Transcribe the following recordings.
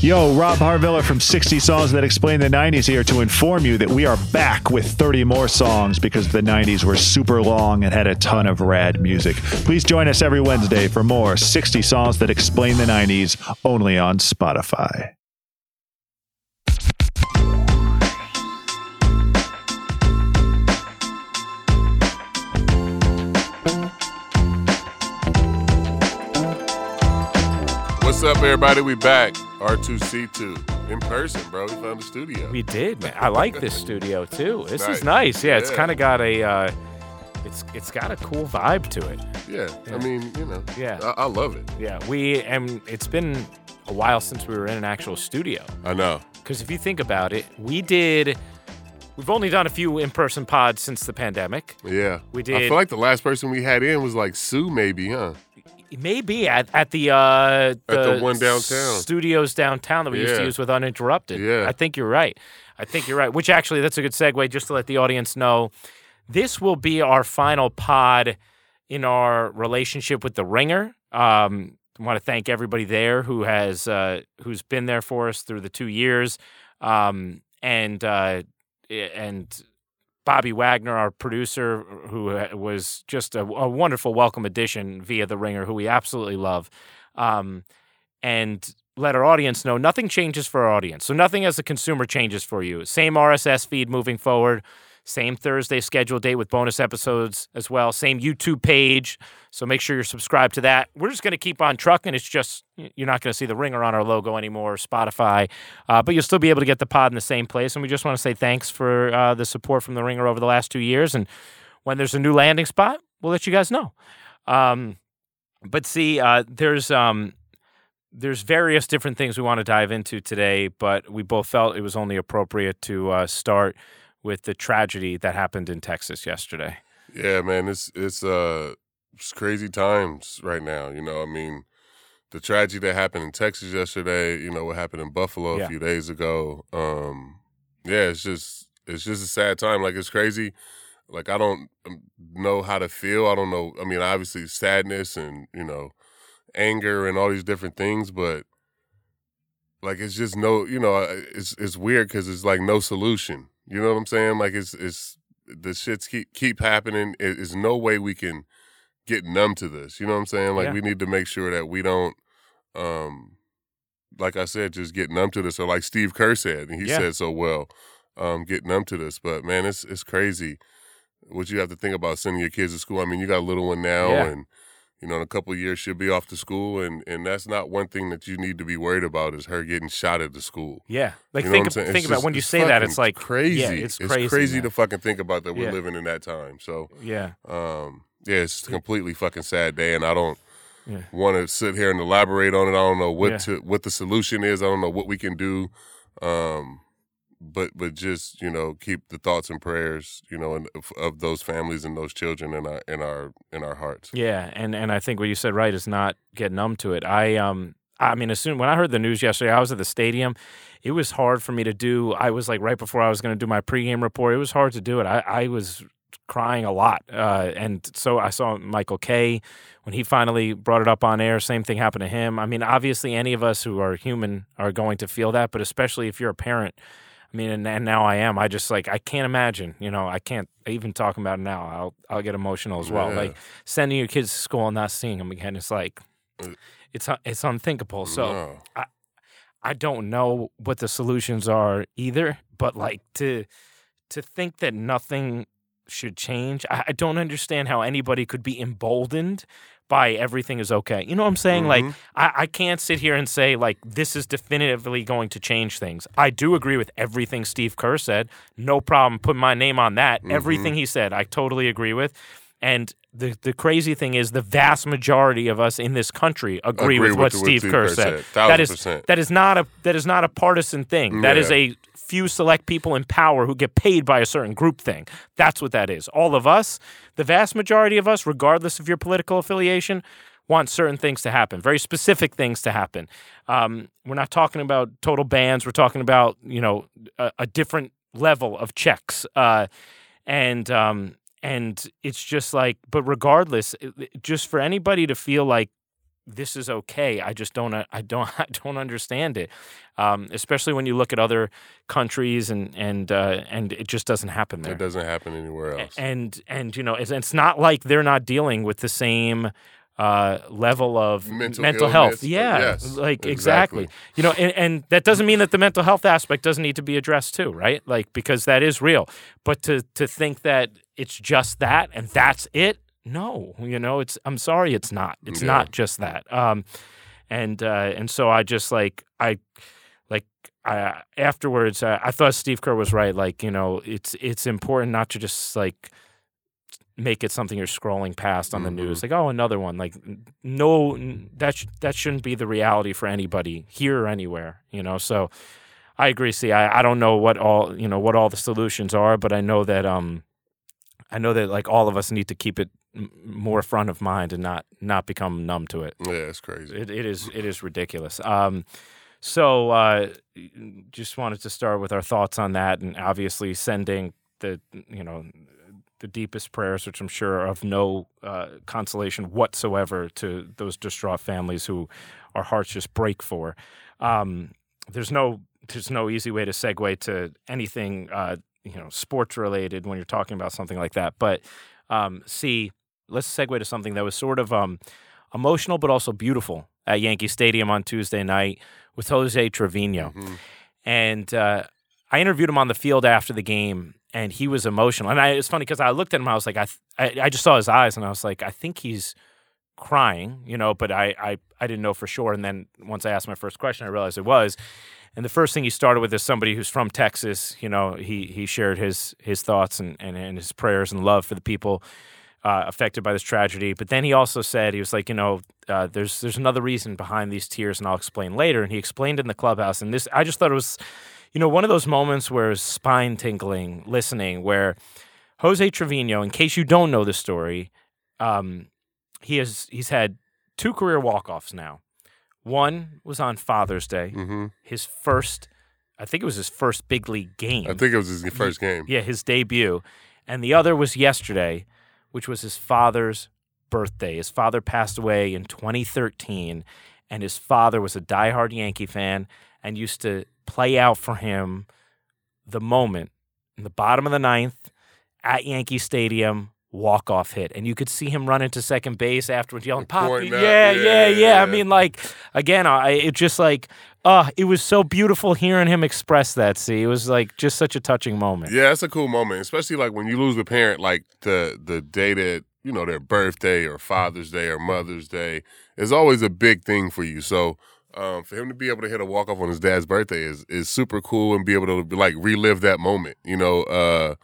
Yo, Rob Harvilla from 60 Songs That Explain the 90s here to inform you that we are back with 30 more songs because the 90s were super long and had a ton of rad music. Please join us every Wednesday for more 60 Songs That Explain the 90s only on Spotify. What's up, everybody? We back. R2C2 in person, bro. We found the studio. We did, man. I like this studio too. This Nice. is nice. Yeah, it's Yeah. kind of got a, uh, it's it's got a cool vibe to it. yeah, I mean, you know, Yeah. I, I love it. Yeah, we and it's been a while since we were in an actual studio. I know. Because if you think about it, we did, we've only done a few in-person pods since the pandemic. Yeah, I We did- feel like the last person we had in was like Sue, maybe, huh? Maybe at at the uh the one downtown. studios downtown that we used to Yeah. use with uninterrupted. Yeah. I think you're right. I think you're right. Which actually, that's a good segue just to let the audience know. This will be our final pod in our relationship with the Ringer. Um, I want to thank everybody there who has uh, who's been there for us through the two years, um, and uh, and Bobby Wagner, our producer, who uh, was just a, a wonderful welcome addition via The Ringer, who we absolutely love. Um, and let our audience know nothing changes for our audience. So nothing as a consumer changes for you. Same RSS feed moving forward, same Thursday schedule date with bonus episodes as well, same YouTube page. So make sure you're subscribed to that. We're just going to keep on trucking. It's just you're not going to see the ringer on our logo anymore, or Spotify, uh, but you'll still be able to get the pod in the same place. And we just want to say thanks for uh, the support from the ringer over the last two years. And when there's a new landing spot, we'll let you guys know. Um, but see, uh, there's um, there's various different things we want to dive into today, but we both felt it was only appropriate to uh, start with the tragedy that happened in Texas yesterday. Yeah, man, it's it's uh it's crazy times right now. You know, I mean, the tragedy that happened in Texas yesterday. You know, what happened in Buffalo Yeah. a few days ago. Um, yeah, it's just it's just a sad time. Like it's crazy. Like I don't um, know how to feel. I don't know. I mean, obviously sadness and you know anger and all these different things, but like it's just no. You know, I- it's it's weird because it's like no solution. You know what I'm saying? Like it's it's the shits keep keep happening. It- It's no way we can get numb to this. You know what I'm saying? Like Yeah. we need to make sure that we don't, um, like I said, just get numb to this. Or like Steve Kerr said, and he Yeah. said so well, um, get numb to this. But man, it's it's crazy what you have to think about sending your kids to school. I mean, you got a little one now, Yeah. and you know, in a couple of years she'll be off to school, and and that's not one thing that you need to be worried about is her getting shot at the school. Yeah, like You know what think I'm saying? think It's about just- when you say that, it's fucking like crazy. Yeah, it's it's crazy. man. to fucking think about that we're Yeah. living in that time. So, yeah, um, yeah, it's just a completely fucking sad day, and I don't Yeah. want to sit here and elaborate on it. I don't know what Yeah. to what the solution is. I don't know what we can do. Um, but but just you know, keep the thoughts and prayers, you know, and of, of those families and those children in our in our in our hearts. yeah, and and I think what you said right is not get numb to it. I um. I mean, as soon when I heard the news yesterday, I was at the stadium. It was hard for me to do. I was like right before I was going to do my pregame report. It was hard to do it. I, I was crying a lot, uh, and so I saw Michael Kay when he finally brought it up on air, same thing happened to him. I mean, obviously, any of us who are human are going to feel that, but especially if you're a parent. I mean, and, and now I am. I just like I can't imagine. You know, I can't even talking about it now. I'll I'll get emotional as well. Yeah. Like sending your kids to school and not seeing them again. It's like it's un- it's unthinkable. So No. I don't know what the solutions are either. But like to to think that nothing should change, I, I don't understand how anybody could be emboldened by everything is okay. You know what I'm saying? Like I, I can't sit here and say like this is definitively going to change things. I do agree with everything Steve Kerr said. No problem putting my name on that. Everything he said, I totally agree with. And the the crazy thing is the vast majority of us in this country agree, Agree with, with what what Steve Steve Kerr Kerr said. said. That is 1000%. that is not a that is not a partisan thing. That is Yeah. a few select people in power who get paid by a certain group thing. That's what that is. All of us, the vast majority of us, regardless of your political affiliation, want certain things to happen, very specific things to happen. Um, we're not talking about total bans. We're talking about you know a, a different level of checks. Uh, and um, and it's just like, but regardless, it- it- just for anybody to feel like this is okay. I just don't uh, I don't I don't understand it. Um, especially when you look at other countries and and uh, and it just doesn't happen there. It doesn't happen anywhere else. And and you know it's, it's not like they're not dealing with the same uh, level of Mental mental, illness, uh, health. Yeah, yes, like exactly. exactly. You know, and, and that doesn't mean that the mental health aspect doesn't need to be addressed too, right? Like because that is real. But to to think that it's just that and that's it, no, you know, it's I'm sorry, it's not. It's Yeah. not just that. Um, and uh, and so I just like I like I afterwards I, I thought Steve Kerr was right. Like you know, it's it's important not to just like make it something you're scrolling past on the news. Like oh, another one. Like n- no, n- that sh- that shouldn't be the reality for anybody here or anywhere. You know, so. I agree. See, I, I don't know what all you know what all the solutions are, but I know that um, I know that like all of us need to keep it m- more front of mind and not not become numb to it. yeah, it's crazy. It, it is it is ridiculous. Um, so uh, just wanted to start with our thoughts on that, and obviously sending the you know the deepest prayers, which I'm sure are of no uh, consolation whatsoever to those distraught families who our hearts just break for. Um, there's no there's no easy way to segue to anything uh, you know sports related when you're talking about something like that, but um, see. Let's segue to something that was sort of um, emotional but also beautiful at Yankee Stadium on Tuesday night with Jose Trevino. Mhm. And uh, I interviewed him on the field after the game, and he was emotional. And I, it's funny because I looked at him, I was like, I, th- I, I just saw his eyes, and I was like, I think he's crying, you know, but I, I, I didn't know for sure. And then once I asked my first question, I realized it was. And the first thing he started with is somebody who's from Texas. You know, he he shared his his thoughts and and, and his prayers and love for the people uh, affected by this tragedy. But then he also said he was like, you know, uh, there's there's another reason behind these tears, and I'll explain later. And he explained in the clubhouse, and this I just thought it was, you know, one of those moments where it's spine tingling listening, where Jose Trevino, in case you don't know the story, um, he has he's had two career walk offs now. One was on Father's Day, hmm his first, I think it was his first big league game. I think it was his first game. Yeah, his debut. And the other was yesterday, which was his father's birthday. His father passed away in 2013, and his father was a diehard Yankee fan and used to play out for him the moment in the bottom of the ninth at Yankee Stadium. Walk off hit, and you could see him run into second base afterwards, yelling "Pop!" Pointing Yeah, up, yeah, yeah, yeah, yeah. I mean, like again, I it just like, uh, it was so beautiful hearing him express that. See, it was like just such a touching moment. Yeah, that's a cool moment, especially like when you lose a parent, like the the day that you know their birthday or Father's Day or Mother's Day is always a big thing for you. So um, for him to be able to hit a walk off on his dad's birthday is is super cool and be able to like relive that moment. You know, uh,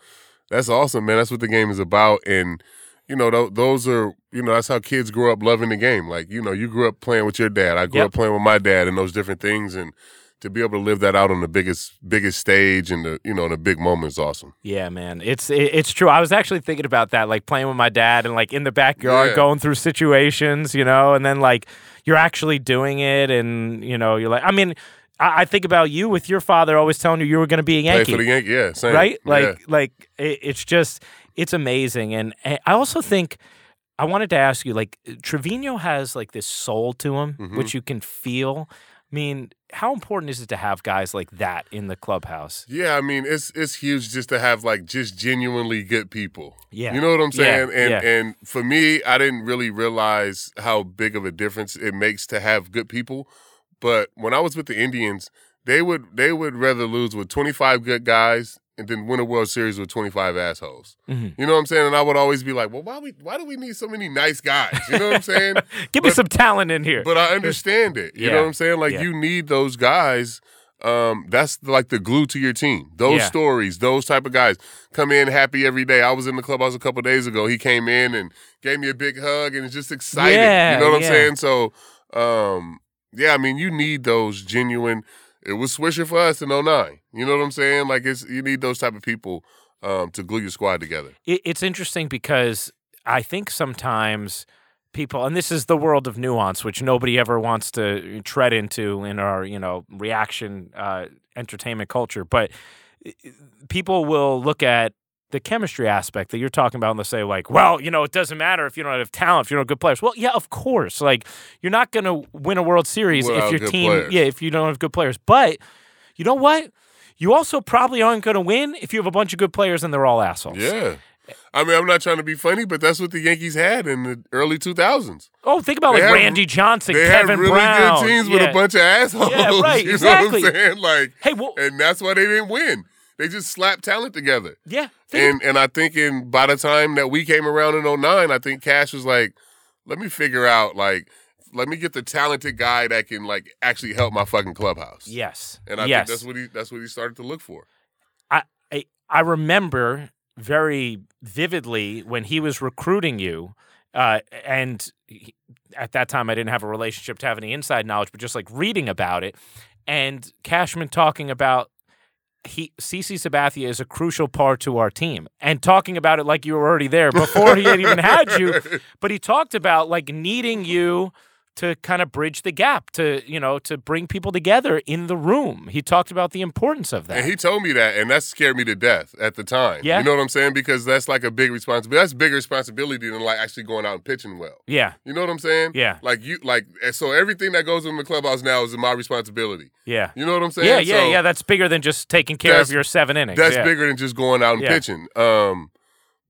that's awesome, man. That's what the game is about, and you know tho- those are you know that's how kids grow up loving the game. Like you know, you grew up playing with your dad. I grew Yep. up playing with my dad, and those different things and. To be able to live that out on the biggest biggest stage and the you know in a big moment is awesome. Yeah, man, it's it, it's true. I was actually thinking about that, like playing with my dad and like in the backyard, Yeah. going through situations, you know, and then like you're actually doing it, and you know, you're like, I mean, I, I think about you with your father always telling you you were going to be a Play Yankee, for the Yankee, yeah, same. right? Like, yeah. like it, it's just it's amazing, and, and I also think I wanted to ask you, like Trevino has like this soul to him, Mhm. which you can feel. I mean, how important is it to have guys like that in the clubhouse? yeah, I mean, it's it's huge just to have like just genuinely good people. Yeah. you know what I'm Yeah, saying. And yeah. and for me, I didn't really realize how big of a difference it makes to have good people. But when I was with the Indians, they would they would rather lose with 25 good guys and then win a World Series with 25 assholes. Mhm. You know what I'm saying? And I would always be like, well, why we why do we need so many nice guys? You know what I'm saying? Give me But- some talent in here. But I understand it. You know Yeah. what I'm saying? Like Yeah. you need those guys. Um, that's like the glue to your team. Those Yeah. stories, those type of guys come in happy every day. I was in the clubhouse a couple days ago. He came in and gave me a big hug and is just excited. Yeah, you know what yeah. I'm saying? So, um, yeah, I mean, you need those genuine. It was Swisher for us in 09. You know what I'm saying? Like it's you need those type of people um, to glue your squad together. it, it's interesting because I think sometimes people, and this is the world of nuance, which nobody ever wants to uh, tread into in our you know reaction uh, entertainment culture, but people uh, will look at the chemistry aspect that you're talking about, and they say like, well, you know, it doesn't matter if you don't have talent, if you don't have good players. Well, yeah, of course. Like you're not going to win a World Series Without if your good team, players. yeah, if you don't have good players. But you know what? You also probably aren't going to win if you have a bunch of good players and they're all assholes. Yeah. eh I mean, I'm not trying to be funny, but that's what the Yankees had in the early 2000s. Oh, think about They like had- Randy Johnson, They Kevin had really Brown. good teams with Yeah. a bunch of assholes. Yeah, right, you exactly. know what I'm saying? Like, Hey, well, and that's why they didn't win. They just slapped talent together. yeah. And think and I think in by the time that we came around in 09, I think Cash was like, let me figure out like let me get the talented guy that can like actually help my fucking clubhouse. Yes. And I yes. think that's what he that's what he started to look for. I, I remember very vividly when he was recruiting you, uh, and he- at that time I didn't have a relationship to have any inside knowledge, but just like reading about it, and Cashman talking about he CC Sabathia is a crucial part to our team, and talking about it like you were already there before he had even had you, but he talked about like needing you to kind of bridge the gap to you know to bring people together in the room. He talked about the importance of that. And he told me that, and that scared me to death at the time. Yeah. You know what I'm saying? Because that's like a big responsibility. That's bigger responsibility than like actually going out and pitching well. yeah, You know what I'm saying? Yeah. Like you like and so everything that goes in the clubhouse now is my responsibility. yeah. You know what I'm saying? Yeah, yeah, So- yeah. That's bigger than just taking care of That's- your seven innings. That's yeah. bigger than just going out and Yeah. pitching. Um,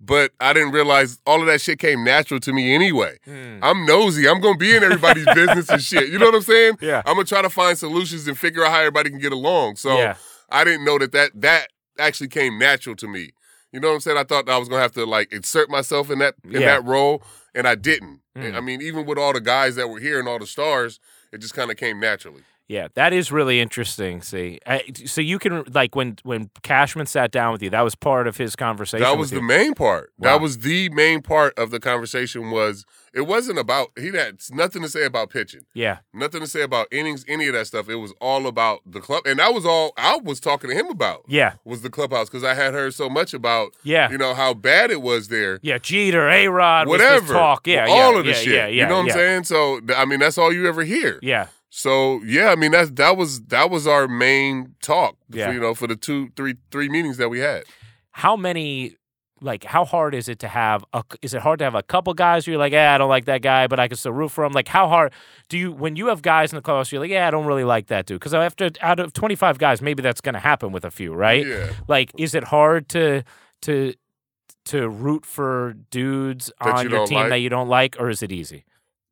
but I didn't realize all of that shit came natural to me anyway. Hmm. I'm nosy. I'm gonna be in everybody's business and shit. You know what I'm saying? Yeah. I'm gonna try to find solutions and figure out how everybody can get along. So Yeah. I didn't know that that that actually came natural to me. You know what I'm saying? I thought that I was gonna have to like insert myself in that in Yeah. that role, and I didn't. Mm. I mean, even with all the guys that were here and all the stars, it just kind of came naturally. Yeah, that is really interesting. See, I, so you can like when when Cashman sat down with you, that was part of his conversation. That with was you. the main part. Wow. That was the main part of the conversation was it wasn't about he had nothing to say about pitching, yeah, nothing to say about innings, any of that stuff. It was all about the club, and that was all I was talking to him about yeah, was the clubhouse because I had heard so much about Yeah. you know how bad it was there. yeah. Jeter, A Rod, Whatever, talk. Yeah, all yeah, of the yeah, shit. Yeah, yeah, you know what yeah, I'm saying? So th- I mean, that's all you ever hear. Yeah, So yeah, I mean that's that was that was our main talk. Yeah. For, you know, for the two, three, three meetings that we had. how many? Like, how hard is it to have a? Is it hard to have a couple guys where you're like, yeah, I don't like that guy, but I can still root for him? Like, how hard do you when you have guys in the clubhouse? You're like, yeah, I don't really like that dude because after out of 25 guys, maybe that's going to happen with a few, right? Yeah. like is it hard to to to root for dudes That on you your don't team like? that you don't like or is it easy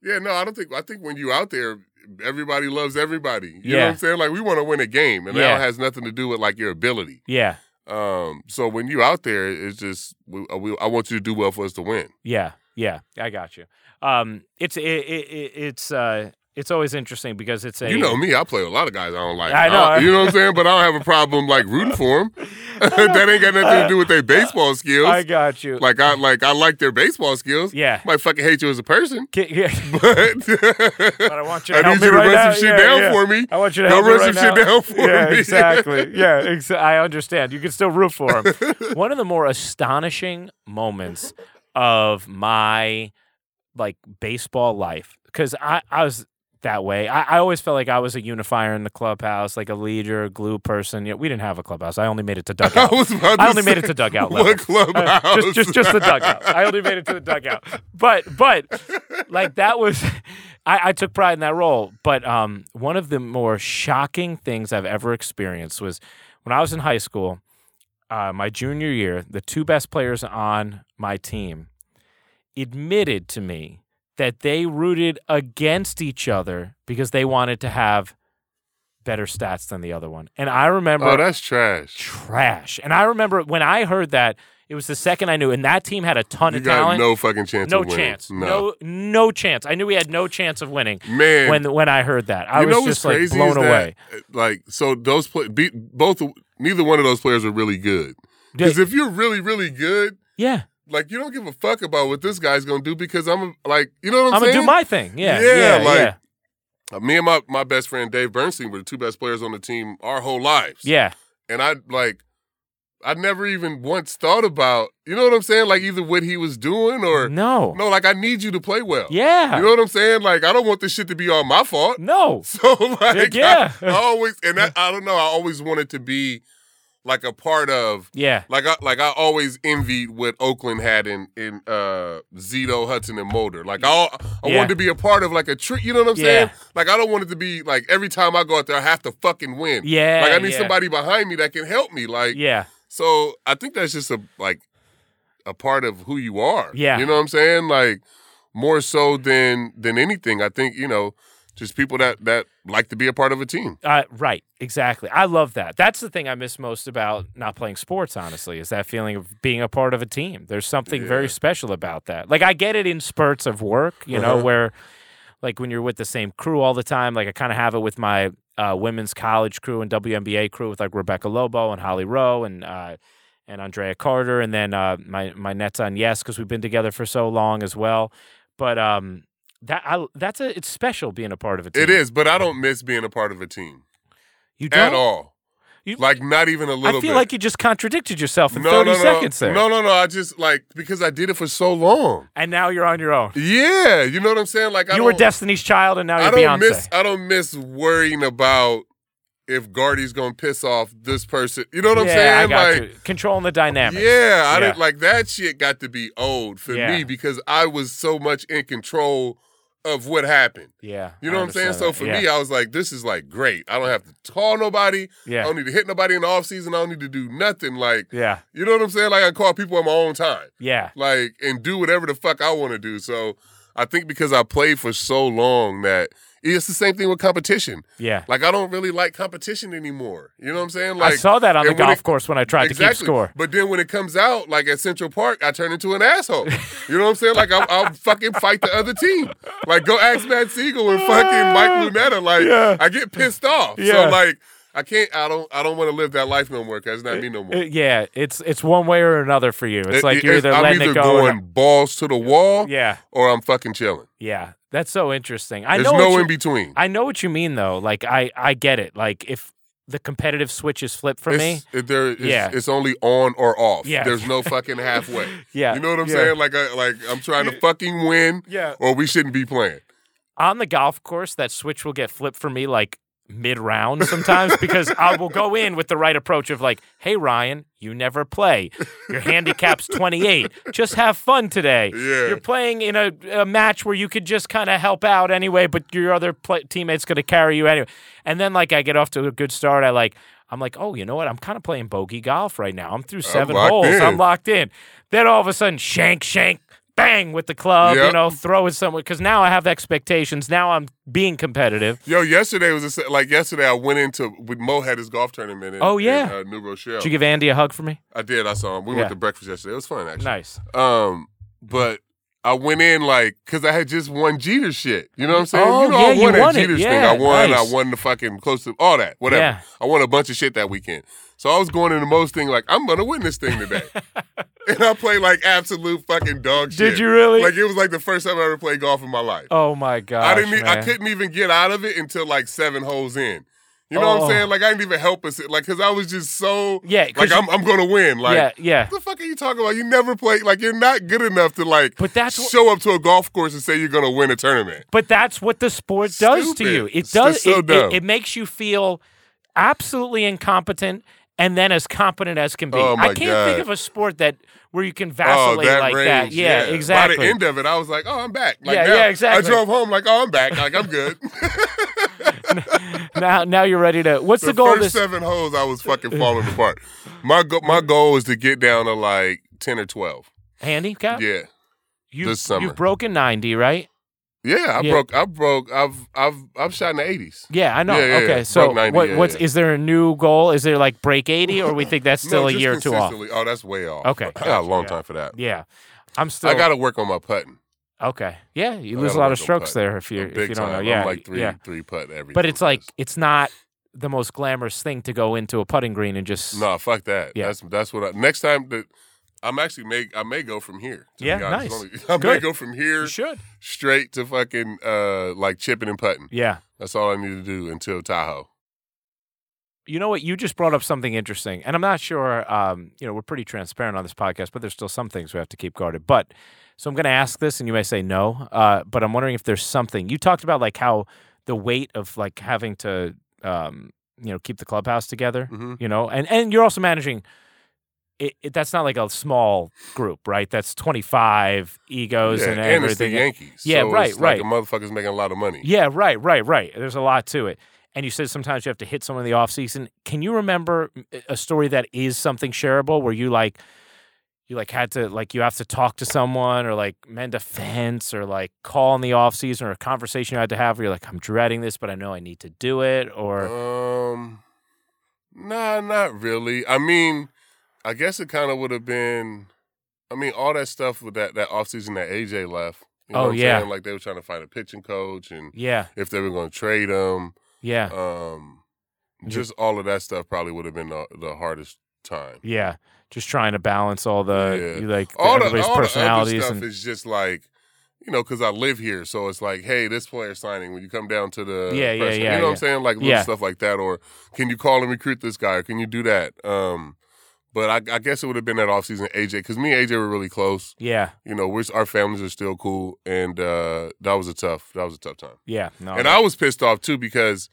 Yeah, no, I don't think. I think when you out there, everybody loves everybody. You know Yeah. what I'm saying? Like we want to win a game, and Yeah. that has nothing to do with like your ability. yeah Um, so when you out there, it's just we, uh, we, I want you to do well for us to win. yeah yeah i got you um it's it, it, it it's uh it's always interesting because it's a You know me, I play with a lot of guys I don't like. I know. don't- you know what I'm saying? But I don't have a problem like rooting for them. that ain't got nothing to do with their baseball skills. i got you like I like I like their baseball skills. yeah Might fucking hate you as a person, Ki- yeah. but, but i want you I to need help me you to right run now. some shit Yeah, down yeah. for me. I want you to Go help me run right some shit now. down for yeah, me. exactly. Yeah, exa- I understand. You can still root for him. One of the more astonishing moments of my like baseball life, because I, I was that way. I, I always felt like I was a unifier in the clubhouse, like a leader, a glue person. You know, we didn't have a clubhouse. I only made it to I dugout. was about I to only made it say, to dugout level. What clubhouse? Uh, just, just, just the dugout. I only made it to the dugout. But, but, like that was, I, I took pride in that role. But um, one of the more shocking things I've ever experienced was when I was in high school, uh, my junior year. The two best players on my team admitted to me that they rooted against each other because they wanted to have better stats than the other one. And I remember Oh, that's trash. trash. And I remember when I heard that, it was the second I knew, and that team had a ton You of got talent. no fucking chance. No of winning. chance. No. no, chance. I knew we had no chance of winning man. when when I heard that. I you was know what's just like crazy blown is away. That, uh, like so, those play, be, both neither one of those players are really good. Because They- if you're really really good, yeah, like you don't give a fuck about what this guy's gonna do. Because I'm a- like, you know what I'm, I'm gonna saying? do my thing. Yeah, yeah, Yeah, yeah, like- yeah. Uh, Me and my my best friend Dave Bernstein were the two best players on the team our whole lives. and I like. I never even once thought about, you know what I'm saying? Like either what he was doing or No. no, like I need you to play well. Yeah. You know what I'm saying? Like I don't want this shit to be all my fault. no. So like, Yeah. I, I always and that, I don't know. I always wanted to be like a part of. Yeah. Like I like I always envied what Oakland had in in uh, Zito, Hudson, and Mulder. Like I I Yeah. wanted to be a part of like a tree. You know what I'm saying? Yeah. Like I don't want it to be like every time I go out there I have to fucking win. Yeah, Like I need yeah. somebody behind me that can help me. Like Yeah. so I think that's just a like a part of who you are. Yeah. You know what I'm saying? Like more so than than anything. I think, you know, just people that that like to be a part of a team. Uh, right, exactly. I love that. That's the thing I miss most about not playing sports, honestly, is that feeling of being a part of a team. There's something very special about that. Like, I get it in spurts of work, you know, Uh-huh. where like when you're with the same crew all the time, like I kind of have it with my uh, women's college crew and WNBA crew with like Rebecca Lobo and Holly Rowe and, uh, and Andrea Carter, and then uh, my my nets on yes because we've been together for so long as well. But um, that I, that's a it's special being a part of a team. It is, but I don't miss being a part of a team you don't at all. You- like not even a little I feel bit. like you just contradicted yourself in 30 no, seconds no. there. No, no, no. I just like because I did it for so long. And now you're on your own. Yeah, you know what I'm saying? Like I you were don't- Destiny's Child and now I you're don't Beyonce. miss I don't miss worrying about if Guardy's gonna piss off this person. You know what I'm yeah, saying? I got like you. Controlling the dynamic. Yeah, I Yeah. didn't like that shit got to be old for Yeah. me because I was so much in control of what happened. Yeah. You know I what I'm saying? So understand for that. me, I was like, this is like great. I don't have to call nobody. Yeah. I don't need to hit nobody in the offseason. I don't need to do nothing. Like, Yeah. you know what I'm saying? Like I call people at my own time. Yeah. Like, and do whatever the fuck I want to do. So I think because I played for so long that it's the same thing with competition. Yeah. Like I don't really like competition anymore. You know what I'm saying? I Like saw that on the and when golf it- course when I tried to keep score. But then when it comes out, like at Central Park, I turn into an asshole. You know what I'm saying? Like I'll, I'll fucking fight the other team. Like go ask Matt Siegel and fucking Mike Lunetta. Like Yeah. I get pissed off. Yeah. So like I can't. I don't. I don't want to live that life no more. Cause it's not me no more. Uh, yeah, it's it's one way or another for you. It's It- like it- you're either I'm letting either it go. or going not. balls to the wall, yeah, or I'm fucking chilling. yeah. That's so interesting. I There's know what no you- in between. I know what you mean though. Like I I get it. Like if the competitive switch is flipped for me, It's- it- there, it's, Yeah. it's only on or off. Yeah. There's no fucking halfway. Yeah. You know what I'm Yeah. saying? Like, I, like I'm trying to fucking win, yeah. or we shouldn't be playing. on the golf course, that switch will get flipped for me like mid round sometimes because I will go in with the right approach of like, hey, Ryan, you never play. Your handicap's 28. Just have fun today. Yeah. You're playing in a, a match where you could just kind of help out anyway, but your other pla teammate's going to carry you anyway. And then, like, I get off to a good start. I like, I'm like, oh, you know what? I'm kind of playing bogey golf right now. I'm through 7 locked holes. in. I'm locked in. Then all of a sudden, shank, shank, bang with the club, you Yep. know, throw it somewhere. Because now I have expectations. Now I'm being competitive. Yo, yesterday was a, se- like yesterday. I went into with Mo had his golf tournament. In, Oh, yeah. in, uh, New Rochelle. Did you give Andy a hug for me? I did. I saw him. We Yeah. went to breakfast yesterday. It was fun actually. Nice. Um, but I went in like because I had just won Jeter shit. You know what I'm saying? Oh, you know yeah, I you won that won it. Jeter thing. Yeah, I won. nice. I won the fucking close to all that. Whatever. Yeah. I won a bunch of shit that weekend. So I was going into most thing like I'm gonna win this thing today, and I played like absolute fucking dog shit. Did you really? Like it was like the first time I ever played golf in my life. oh my god! I didn't. e- I couldn't even get out of it until like seven holes in. You know what Oh. I'm saying? Like I didn't even help us. Like because I was just so Yeah, 'cause Like you- I'm, I'm gonna win. Like yeah, yeah. what the fuck are you talking about? You never play. Like you're not good enough to like. But that's wh- show up to a golf course and say you're gonna win a tournament. But that's what the sport does to Stupid. you. It It's does. just so it, it, dumb. it makes you feel absolutely incompetent, and then as competent as can be. Oh I my can't God. Oh, think of a sport that where you can vacillate like that. range, Yeah, exactly. By the end of it, I was like, oh, I'm back. Like, Yeah, now, yeah, I exactly. drove home like, oh, I'm back. Like I'm good. now, now you're ready to. What's the, the goal? of first This seven holes, I was fucking falling apart. My go- my goal is to get down to like ten or twelve. handicap? Yeah. you, this summer. You've broken ninety, right? Yeah, I Yeah. broke. I broke. I've I've I've shot in the eighties. Yeah, I know. Yeah, yeah, okay, yeah. so Broke 90, what, yeah, what's yeah. is there a new goal? Is there like break eighty, or we think that's still a year or two off? Oh, that's way off. Okay, I got a gotcha, long yeah. time for that. Yeah, I'm still. I got to work on my putting. okay, yeah, you I lose a gotta lot work of on strokes putting. there if you I'm if big you don't time. know. Yeah, I'm like three yeah. three putt every. But it's like it's not the most glamorous thing to go into a putting green and just. no, fuck that. Yeah. That's that's what. I, next time that I'm actually may I may go from here. to be Yeah, honest. nice. I may Good. go from here You should. straight to fucking uh like chipping and putting. Yeah. That's all I need to do until Tahoe. You know what? You just brought up something interesting, and I'm not sure. Um, you know, we're pretty transparent on this podcast, but there's still some things we have to keep guarded. But so I'm going to ask this, and you may say no. Uh, but I'm wondering if there's something you talked about, like how the weight of like having to um, you know keep the clubhouse together. Mhm. You know, and and you're also managing. It, it, that's not like a small group, right? That's 25 egos Yeah, and and it's the everything. Yankees. Yeah, so right, it's like right. The motherfucker's making a lot of money. Yeah, right, right, right. There's a lot to it. And you said sometimes you have to hit someone in the off season. Can you remember a story that is something shareable where you like you like had to like you have to talk to someone or like mend a fence or like call in the off season or a conversation you had to have where you're like, I'm dreading this, but I know I need to do it or Um, nah, not really. I mean, I guess it kind of would have been. I mean, all that stuff with that that offseason that AJ left. You know Oh, what I'm yeah. saying? like they were trying to find a pitching coach and Yeah, if they were going to trade him. yeah, Um, Yeah. just all of that stuff probably would have been the, the hardest time. yeah. Just trying to balance all the Yeah. like All the, everybody's all the other personalities stuff and is just like. You know, because I live here, so it's like, hey, this player signing. When you come down to the Yeah, yeah, press- yeah, you know what yeah. I'm saying, like little Yeah. stuff like that, or can you call and recruit this guy, or can you do that? Um, but I, I guess it would have been that offseason AJ, because me and AJ were really close. yeah, You know, we're, our families are still cool, and uh, that was a tough, that was a tough time. yeah. No, And I was pissed off too because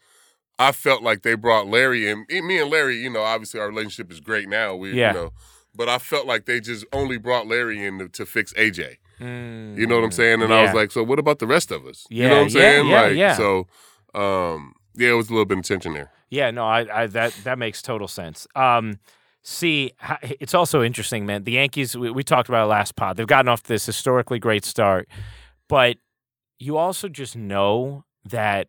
I felt like they brought Larry and me and Larry, you know, obviously our relationship is great now. We, Yeah. you know, but I felt like they just only brought Larry in to, to fix AJ. Mm. You know what I'm saying? And I was Yeah. like, so what about the rest of us? you Yeah, know what I'm yeah, saying? yeah, like, yeah. so, um, yeah, it was a little bit of tension there. Yeah, no, I, I that that makes total sense. Um, see, ha- it's also interesting, man. The Yankees, we, we talked about it last pod. They've gotten off to this historically great start, but you also just know that,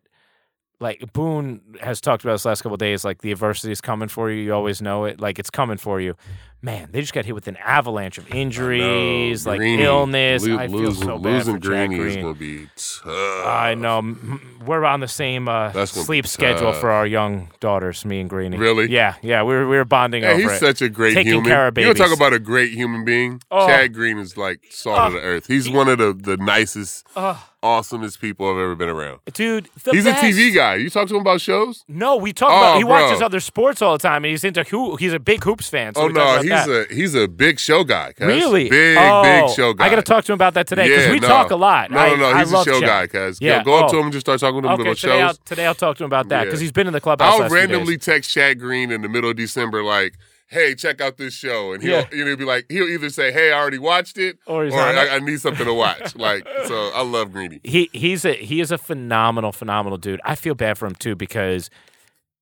like Boone has talked about this last couple of days. Like the adversity is coming for you. You always know it. Like it's coming for you. Man, they just got hit with an avalanche of injuries, like Greeny, illness. lo- I feel losing, so bad losing for Jack Greeny is Green. gonna be tough. I know. M- m- We're on the same uh, That's gonna be sleep schedule tough. for our young daughters, me and Greenie. Really? Yeah, yeah. We were, we were bonding Yeah, over he's it. such a great Taking human. care of you wanna talk babies. about a great human being? Oh. Ah. Chad Green is like salt of the earth. He's one of the, the nicest, Ugh. awesomest people I've ever been around. Dude, Ah. the he's best. a TV guy. You talk to him about shows? No, we talk Oh, about he watches bro. other sports all the time, and he's into who? He's a big hoops fan. So oh we talk no, about he's that. a he's a big show guy. Cuz. really big Oh, big show guy. I got to talk to him about that today because Yeah, we no. talk a lot. No, I, no, no, I he's a love show Chad. guy, cuz. Yeah, Yeah, go up to oh. him and just start talking to him Okay, about today I'll, shows. today I'll talk to him about that Yeah. because he's been in the clubhouse. I'll last few days. randomly text Chad Green in the middle of December like Hey, check out this show, and he'll Yeah. you know, he'll be like he'll either say, "Hey, I already watched it," Or he's on it. I, I need something to watch." like, so I love Greeny. he he's a he is a phenomenal phenomenal dude. I feel bad for him too because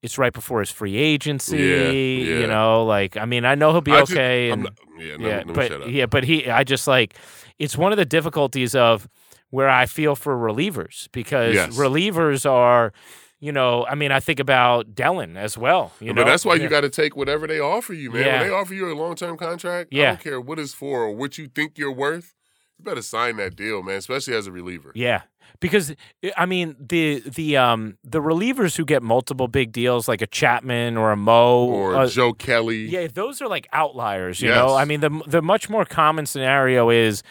it's right before his free agency. Yeah, yeah. You know, like I mean, I know he'll be I just- okay. I'm and- not- yeah, no, yeah, let me shut but up. yeah, but he I just like it's one of the difficulties of where I feel for relievers because Yes. relievers are. You know, I mean, I think about Dellen as well. You know, but that's why Yeah. you got to take whatever they offer you, man. Yeah. When they offer you a long term contract, I Yeah. don't care what it's for or what you think you're worth. You better sign that deal, man. Especially as a reliever. Yeah. Because I- I mean the the um the relievers who get multiple big deals like a Chapman or a Mo Or uh, Joe Kelly. Yeah, those are like outliers, you Yes. know? I mean, the the much more common scenario is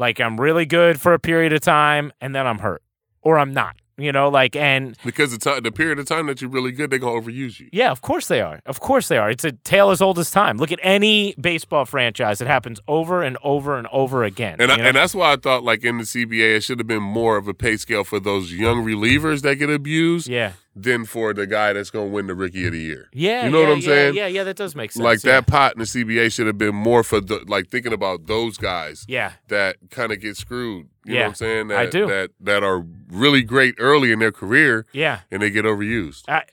like I'm really good for a period of time and then I'm hurt or I'm not, you know, like and Because the time, the period of time that you're really good, they're gonna overuse you. yeah, of course they are. Of course they are. It's a tale as old as time. Look at any baseball franchise. It happens over and over and over again. And, you I, know? and that's why I thought, like in the CBA, it should have been more of a pay scale for those young relievers that get abused yeah. than for the guy that's going to win the Rookie of the Year. Yeah. you know yeah, what I'm yeah, saying? Yeah, yeah, that does make sense. like yeah. that pot in the CBA should have been more for the like thinking about those guys. Yeah. that kind of get screwed. You Yeah, know what I'm saying? That, I do. That that are really great early in their career Yeah. and they get overused. I,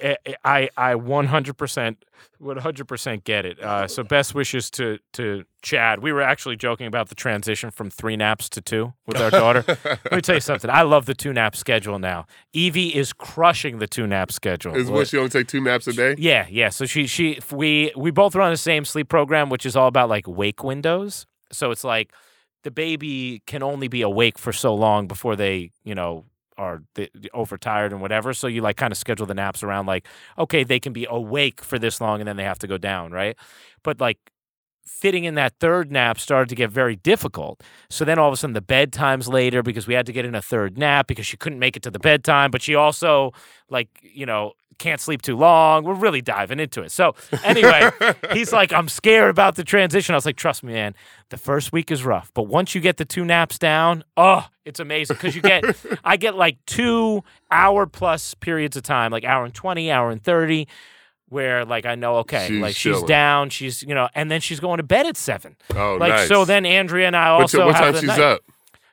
eh, I, I 100%, 100% get it. Uh, so best wishes to, to Chad. We were actually joking about the transition from three naps to two with our daughter. Let me tell you something. I love the two nap schedule now. Evie is crushing the two nap schedule. Is what she only take two naps a day? yeah, yeah. So she, she, if we, we both run the same sleep program, which is all about like wake windows. So it's like the baby can only be awake for so long before they, you know, are th- overtired and whatever. So you like kind of schedule the naps around like, okay, they can be awake for this long and then they have to go down, right? But like fitting in that third nap started to get very difficult. So then all of a sudden the bedtime's later because we had to get in a third nap because she couldn't make it to the bedtime, but she also like, you know, can't sleep too long. We're really diving into it. So anyway, he's like, I'm scared about the transition. I was like, trust me, man, the first week is rough. But once you get the two naps down, oh, it's amazing. Cause you get I get like two hour plus periods of time, like hour and twenty, hour and thirty where like I know okay, She's like she's chilling. down, she's you know, and then she's going to bed at seven. Oh, like nice. so, then Andrea and I But also till what have time the she's night- up?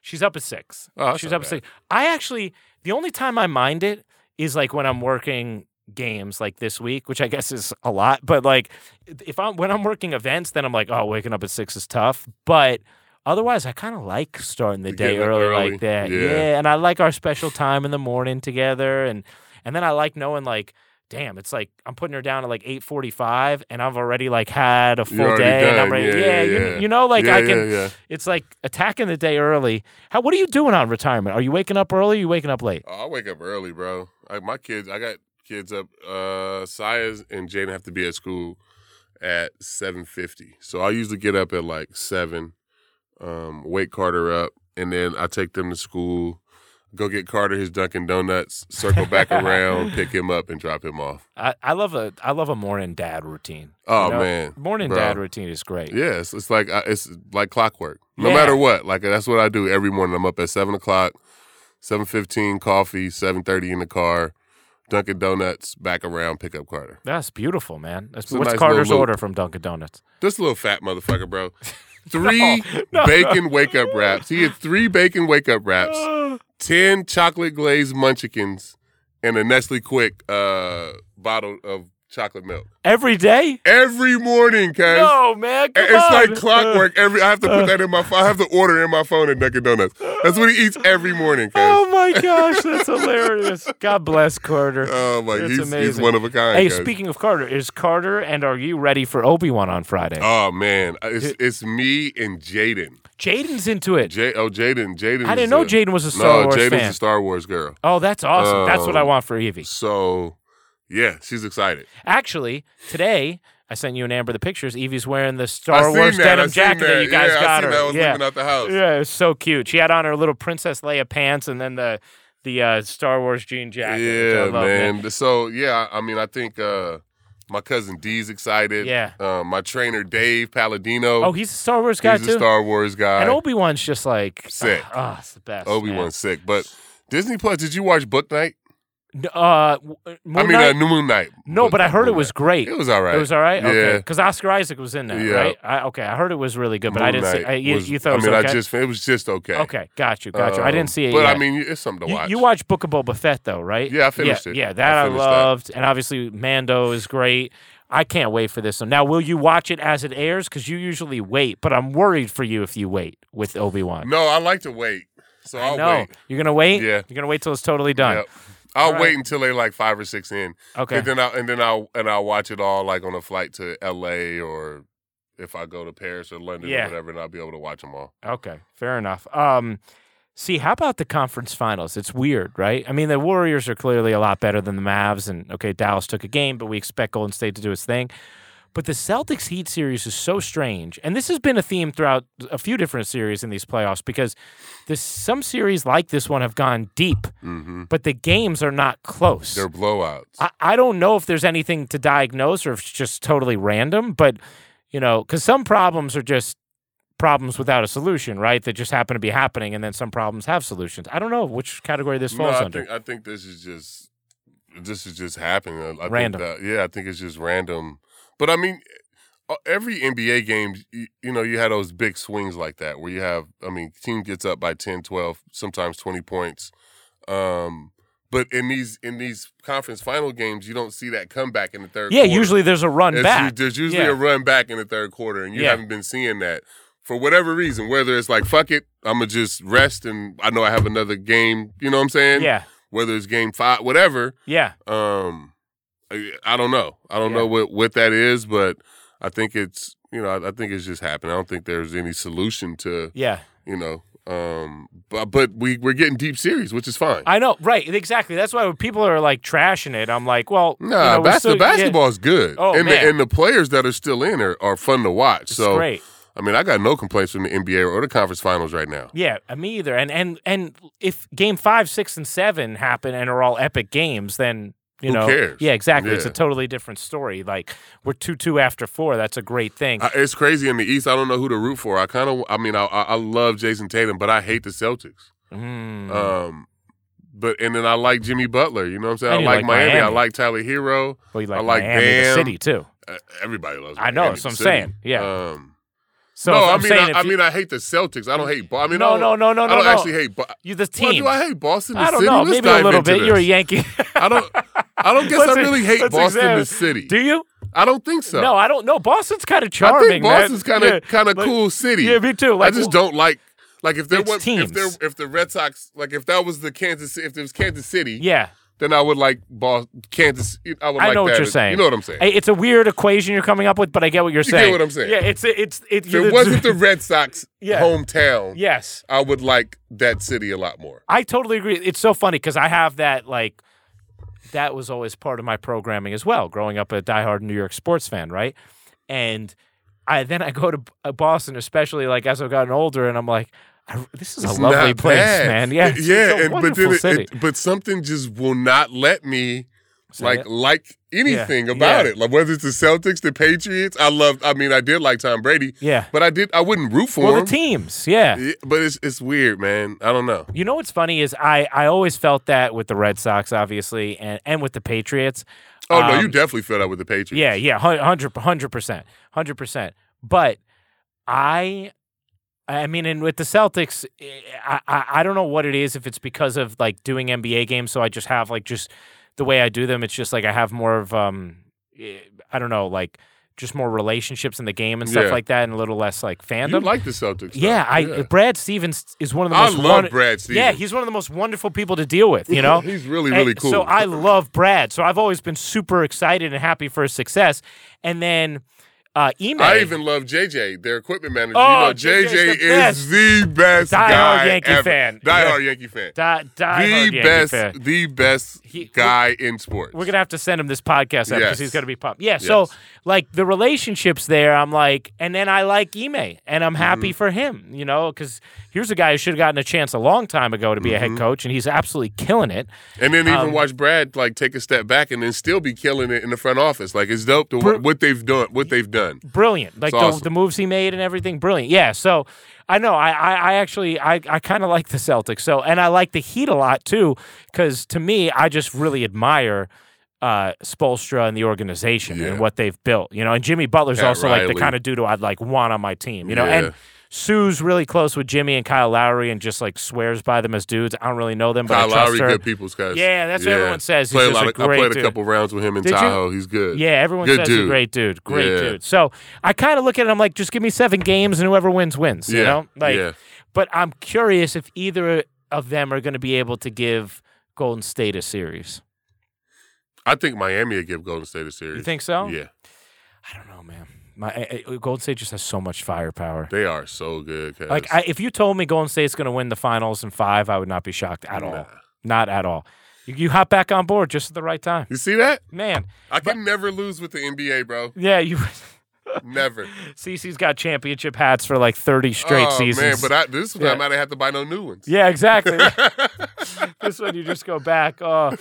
She's up at six. Oh, that's she's not up at bad. six. I actually the only time I mind it is like when I'm working games like this week, which I guess is a lot. But like if I'm when I'm working events, then I'm like, oh, waking up at six is tough. But otherwise, I kind of like starting the day Getting up early, early. like that. Yeah. and I like our special time in the morning together, and and then I like knowing like. Damn, it's like I'm putting her down at like 8:45, and I've already like had a full You're already day, and done. I'm ready. Yeah, you- yeah. You, know, like yeah, I can. Yeah, yeah. It's like attacking the day early. How? What are you doing on retirement? Are you waking up early? Or you waking up late? Oh, I wake up early, bro. Like my kids, I got kids up. Uh, Sia's and Jaden have to be at school at seven fifty, so I usually get up at like seven. Um, wake Carter up, and then I take them to school. Go get Carter his Dunkin' Donuts. Circle back around, pick him up, and drop him off. I, I love a I love a morning dad routine. Oh You know, man, morning bro. dad routine is great. Yeah, it's, it's like uh, it's like clockwork. No Yeah. matter what, like that's what I do every morning. I'm up at seven o'clock, seven fifteen, coffee, seven thirty in the car, Dunkin' Donuts, back around, pick up Carter. That's beautiful, man. That's, It's a what's nice little Carter's loop. order from Dunkin' Donuts? This little fat motherfucker, bro. Three no. bacon wake up wraps. He had three bacon wake up wraps, ten chocolate glazed munchkins, and a Nestle Quick uh, bottle of chocolate milk Every day? every morning, cuz. No, man. come It's on. like clockwork. Every I have to put that in my. phone. I have to order in my phone at Dunkin' Donuts. That's what he eats every morning. Cause, Oh my gosh, that's hilarious. God bless Carter. oh my, That's he's, he's amazing. one of a kind. hey, cuz. speaking of Carter, is Carter and are you ready for Obi Wan on Friday? Oh man, it's it's me and Jaden. Jaden's into it. J oh Jaden, Jaden. I is didn't know a- Jaden was a Star No, Wars Jaden's fan. a Star Wars girl. Oh, that's awesome. That's what I Oh. want for Evie. So yeah, she's excited. Actually, today I sent you and Amber the pictures. Evie's wearing the I Star seen Wars that, I denim seen jacket that you guys yeah, I seen got her. That. I was yeah, leaving out the house. yeah, it was so cute. She had on her little Princess Leia pants and then the the uh, Star Wars jean jacket. which I Yeah, love, man. man. So yeah, I mean, I think uh, my cousin D's excited. Yeah. Uh, my trainer Dave Palladino. Oh, he's a Star Wars guy he's too. a Star Wars guy. and Obi Wan's just like Sick. Oh, it's the best. Obi man. Wan's sick. But Disney Plus, did you watch Book Night? N- Uh, w- Moon I mean, Knight? Uh, New Moon Night. no, Book- but I heard it Moon was Knight. great. It was all right. It was all right. Okay, Yeah. because Oscar Isaac was in there, Yeah. right? I, okay, I heard it was really good, but I Moon didn't. See, Knight I, you, was- you thought it was I mean, okay? I just it was just okay. Okay, got you, got you. I didn't Um, see it But yet. I mean, it's something to you, watch. you watched Book of Boba Fett though, right? Yeah, I finished yeah, it. Yeah, that I I, finished that. loved, and obviously Mando is great. I can't wait for this one. Now, will you watch it as it airs? Because you usually wait, but I'm worried for you if you wait with Obi Wan. no, I like to wait, so I'll no, wait. you're gonna wait. Yeah. you're gonna wait till it's totally done. Yep. I'll All right. wait until they like five or six in, Okay. and then I and then I'll and I'll watch it all like on a flight to L.A. or if I go to Paris or London Yeah. or whatever, and I'll be able to watch them all. Okay, fair enough. Um, see, how about the conference finals? It's weird, right? I mean, the Warriors are clearly a lot better than the Mavs, and okay, Dallas took a game, but we expect Golden State to do its thing. But the Celtics Heat series is so strange, and this has been a theme throughout a few different series in these playoffs because this, some series like this one have gone deep, Mm-hmm. but the games are not close. They're blowouts. I, I don't know if there's anything to diagnose or if it's just totally random, but you know, because some problems are just problems without a solution, right? That just happen to be happening, and then some problems have solutions. I don't know which category this falls I under. Think, I think this is just this is just happening. I- I think Random. that- yeah, I think it's just random. But I mean, uh, every NBA game, you, you know, you had those big swings like that where you have, I mean, team gets up by 10, 12, sometimes 20 points. Um, but in these in these conference final games, you don't see that comeback in the third. yeah, quarter. usually there's a run It's u- back. there's usually Yeah. a run back in the third quarter, and you Yeah. haven't been seeing that for whatever reason. Whether it's like fuck it, I'm gonna just rest, and I know I have another game. You know what I'm saying? yeah, Whether it's game five, whatever. yeah. Um, I, I don't know. I don't Yeah. know what what that is, but I think it's you know I, I think it's just happened. I don't think there's any solution to Yeah, you know Um, but but we we're getting deep series, which is fine. I know, right? Exactly. That's why when people are like trashing it, I'm like, well, No, you know, we're bas- still- the basketball is good, Oh, and man. the and the players that are still in are, are fun to watch. It's so great. I mean, I got no complaints from the NBA or the conference finals right now. Yeah, uh, me either. And and and if game five, six, and seven happen and are all epic games, then you Who know, cares? yeah, exactly. It's a Yeah. totally different story. Like we're two two after four. That's a great thing. I, it's crazy in the East. I don't know who to root for. I kind of, I mean, I, I I love Jason Tatum, but I hate the Celtics. Mm. Um, but and then I like Jimmy Butler. You know what I'm saying? And I you like, like Miami. I Miami. like Tyler Hero. well, you like, I like Miami, the Bam. city too. Uh, everybody loves. I know, Miami, that's what the I'm city. saying. Yeah. Um, So no, if i I'm mean, saying, I, if I you, mean, I hate the Celtics. I don't hate. Bo- I mean, no, I don't, no, no, no, I no, don't no. actually hate. Bo- you the Why team. do I hate Boston? The I don't city? know. Let's Maybe a dive little into bit. You're a this. Yankee. I don't. I don't guess I Let's- really hate let's Boston examine- the city. Do you? I don't think so. No, I don't know. Boston's kind of I charming. think Boston's kind of kind of cool city. Yeah, me too. Like, I just don't like like if there It's was if there teams. if the Red Sox like if that was the Kansas Ci- if it was Kansas City, Yeah. then I would like Boston, Kansas. I would I like know what that. you're saying. You know what I'm saying? I- It's a weird equation you're coming up with, but I get what you're You get saying. what I'm saying. Yeah, it's it's it. if it wasn't the Red Sox Yeah. hometown, yes, I would like that city a lot more. I totally agree. It's so funny because I have that like that was always part of my programming as well. Growing up a diehard New York sports fan, right? And I then I go to B- uh, Boston, especially like as I've gotten older, and I'm like, I, this is It's a lovely not place, bad. man. Yeah, it's, yeah, it's a and- but wonderful then it- city. it- but something just will not let me Say like it. like anything about yeah. it. Like whether it's the Celtics, the Patriots. I love. I mean, I did like Tom Brady, yeah. but I did. I wouldn't root for Well, him. the teams, yeah. Yeah, but it's it's weird, man. I don't know. You know what's funny is I, I always felt that with the Red Sox, obviously, and, and with the Patriots. Oh no, Um, you definitely feel that with the Patriots. Yeah, yeah, hun- 100 percent, hundred percent. But I, I mean, and with the Celtics, eh, I, I I don't know what it is. If it's because of like doing NBA games, so I just have like just the way I do them. It's just like I have more of um, eh, I don't know, like just more relationships in the game and stuff Yeah. like that, and a little less like you fandom. like the Celtics. though. yeah, I Brad Stevens is one of the I most love wonder- Brad Stevens. Yeah, he's one of the most wonderful people to deal with. You know, he's really really and cool. So I love Brad. So I've always been super excited and happy for his success. And then uh, Ime, I even love JJ, their equipment manager. you Oh, know, JJ JJ's the is the best Diehard guy Yankee ever. fan. Die Yeah. hard Yankee fan. die, die hard the Yankee best, fan. the best He- guy in sports. We're gonna have to send him this podcast after because Yes. he's gonna be pumped. Yeah. So Yes. like the relationships there, I'm like, and then I like Ime, and I'm happy Mm-hmm. for him. You know, because here's a guy who should have gotten a chance a long time ago to be a Mm-hmm. head coach, and he's absolutely killing it. and then even um, watch Brad like take a step back and then still be killing it in the front office. Like it's dope to Bru- what they've done. What they've done. brilliant. Like It's the, awesome. the moves he made and everything, brilliant. Yeah. So I know I I, I actually I, I kind of like the Celtics. So and I like the Heat a lot too because to me I just really admire. Uh, Spolstra and the organization Yeah. and what they've built, you know, and Jimmy Butler's Pat also like the Riley. kind of dude who I'd like want on my team, you know, Yeah. and Sue's really close with Jimmy and Kyle Lowry and just like swears by them as dudes. I don't really know them, but Kyle I trust Lowry, her. good people's guy. Yeah, that's what everyone says. He's Play a just lot a of, I great played dude. a couple rounds with him in Did you? Tahoe. He's good. Yeah, everyone Good says he's a dude. great dude. Great Yeah. dude. So I kind of look at it, I'm like, just give me seven games and whoever wins, wins. You Yeah, know? Like yeah. but I'm curious if either of them are gonna be able to give Golden State a series. I think Miami would give Golden State a series. You think so? Yeah, I don't know, man. My I, I- Golden State just has so much firepower. they are so good. Cause Like I, if you told me Golden State's gonna win the finals in five, I would not be shocked at Nah. all. Not at all. You, you hop back on board just at the right time. you see that? Man. I can never lose with the NBA, bro. Yeah, you Never. CC's got championship hats for like thirty straight oh, seasons. man, but I, this time Yeah. I might have to buy no new ones. Yeah, exactly. this one you just go back. Oh,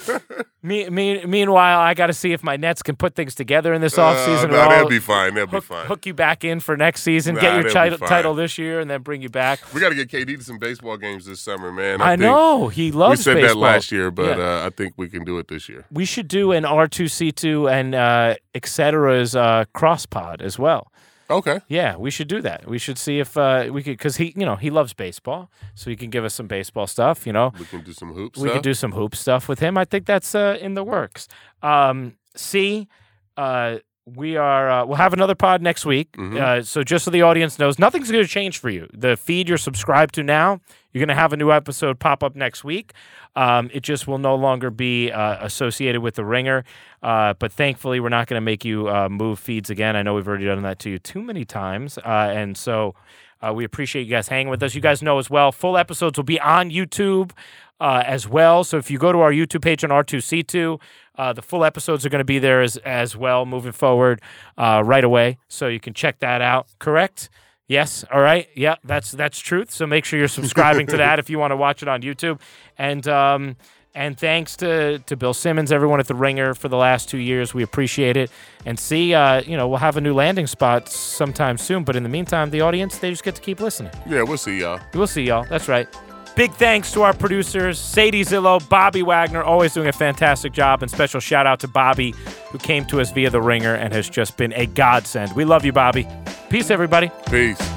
me, me, meanwhile, I got to see if my Nets can put things together in this offseason. Uh, or nah, I'll that'll be fine. That'll hook, be fine. hook you back in for next season, Nah, get your that'll be title, fine. title this year, and then bring you back. We got to get KD to some baseball games this summer, man. I, think know he We loves said baseball. that last year, but Yeah. uh, I think we can do it this year. we should do an R two C two and uh, et cetera's uh, cross pod as well. Okay. Yeah, we should do that. We should see if uh, we could because he, you know, he loves baseball, so he can give us some baseball stuff. You know, We can do some hoops. we could do some hoop stuff with him. I think that's uh, in the works. Um, see, uh, we are uh, we'll have another pod next week. Mhm. Uh, so just so the audience knows, nothing's going to change for you. The feed you're subscribed to now, you're going to have a new episode pop up next week. Um, it just will no longer be uh, associated with the ringer. Uh, but thankfully, we're not going to make you uh, move feeds again. I know we've already done that to you too many times, uh, and so. Uh, we appreciate you guys hanging with us. You guys know as well, full episodes will be on YouTube uh, as well. So if you go to our YouTube page on R2C2, uh, the full episodes are going to be there as, as well moving forward uh, right away. So you can check that out. Correct? Yes. All right. Yeah, that's that's truth. So make sure you're subscribing to that if you want to watch it on YouTube. And um, and thanks to to Bill Simmons, everyone at the Ringer for the last two years. We appreciate it. And see, uh, you know, we'll have a new landing spot sometime soon. But in the meantime, the audience they just get to keep listening. Yeah, we'll see y'all. We'll see y'all. That's right. Big thanks to our producers, Sadie Zillow, Bobby Wagner, always doing a fantastic job, and special shout out to Bobby, who came to us via The Ringer and has just been a godsend. We love you, Bobby. Peace, everybody. Peace.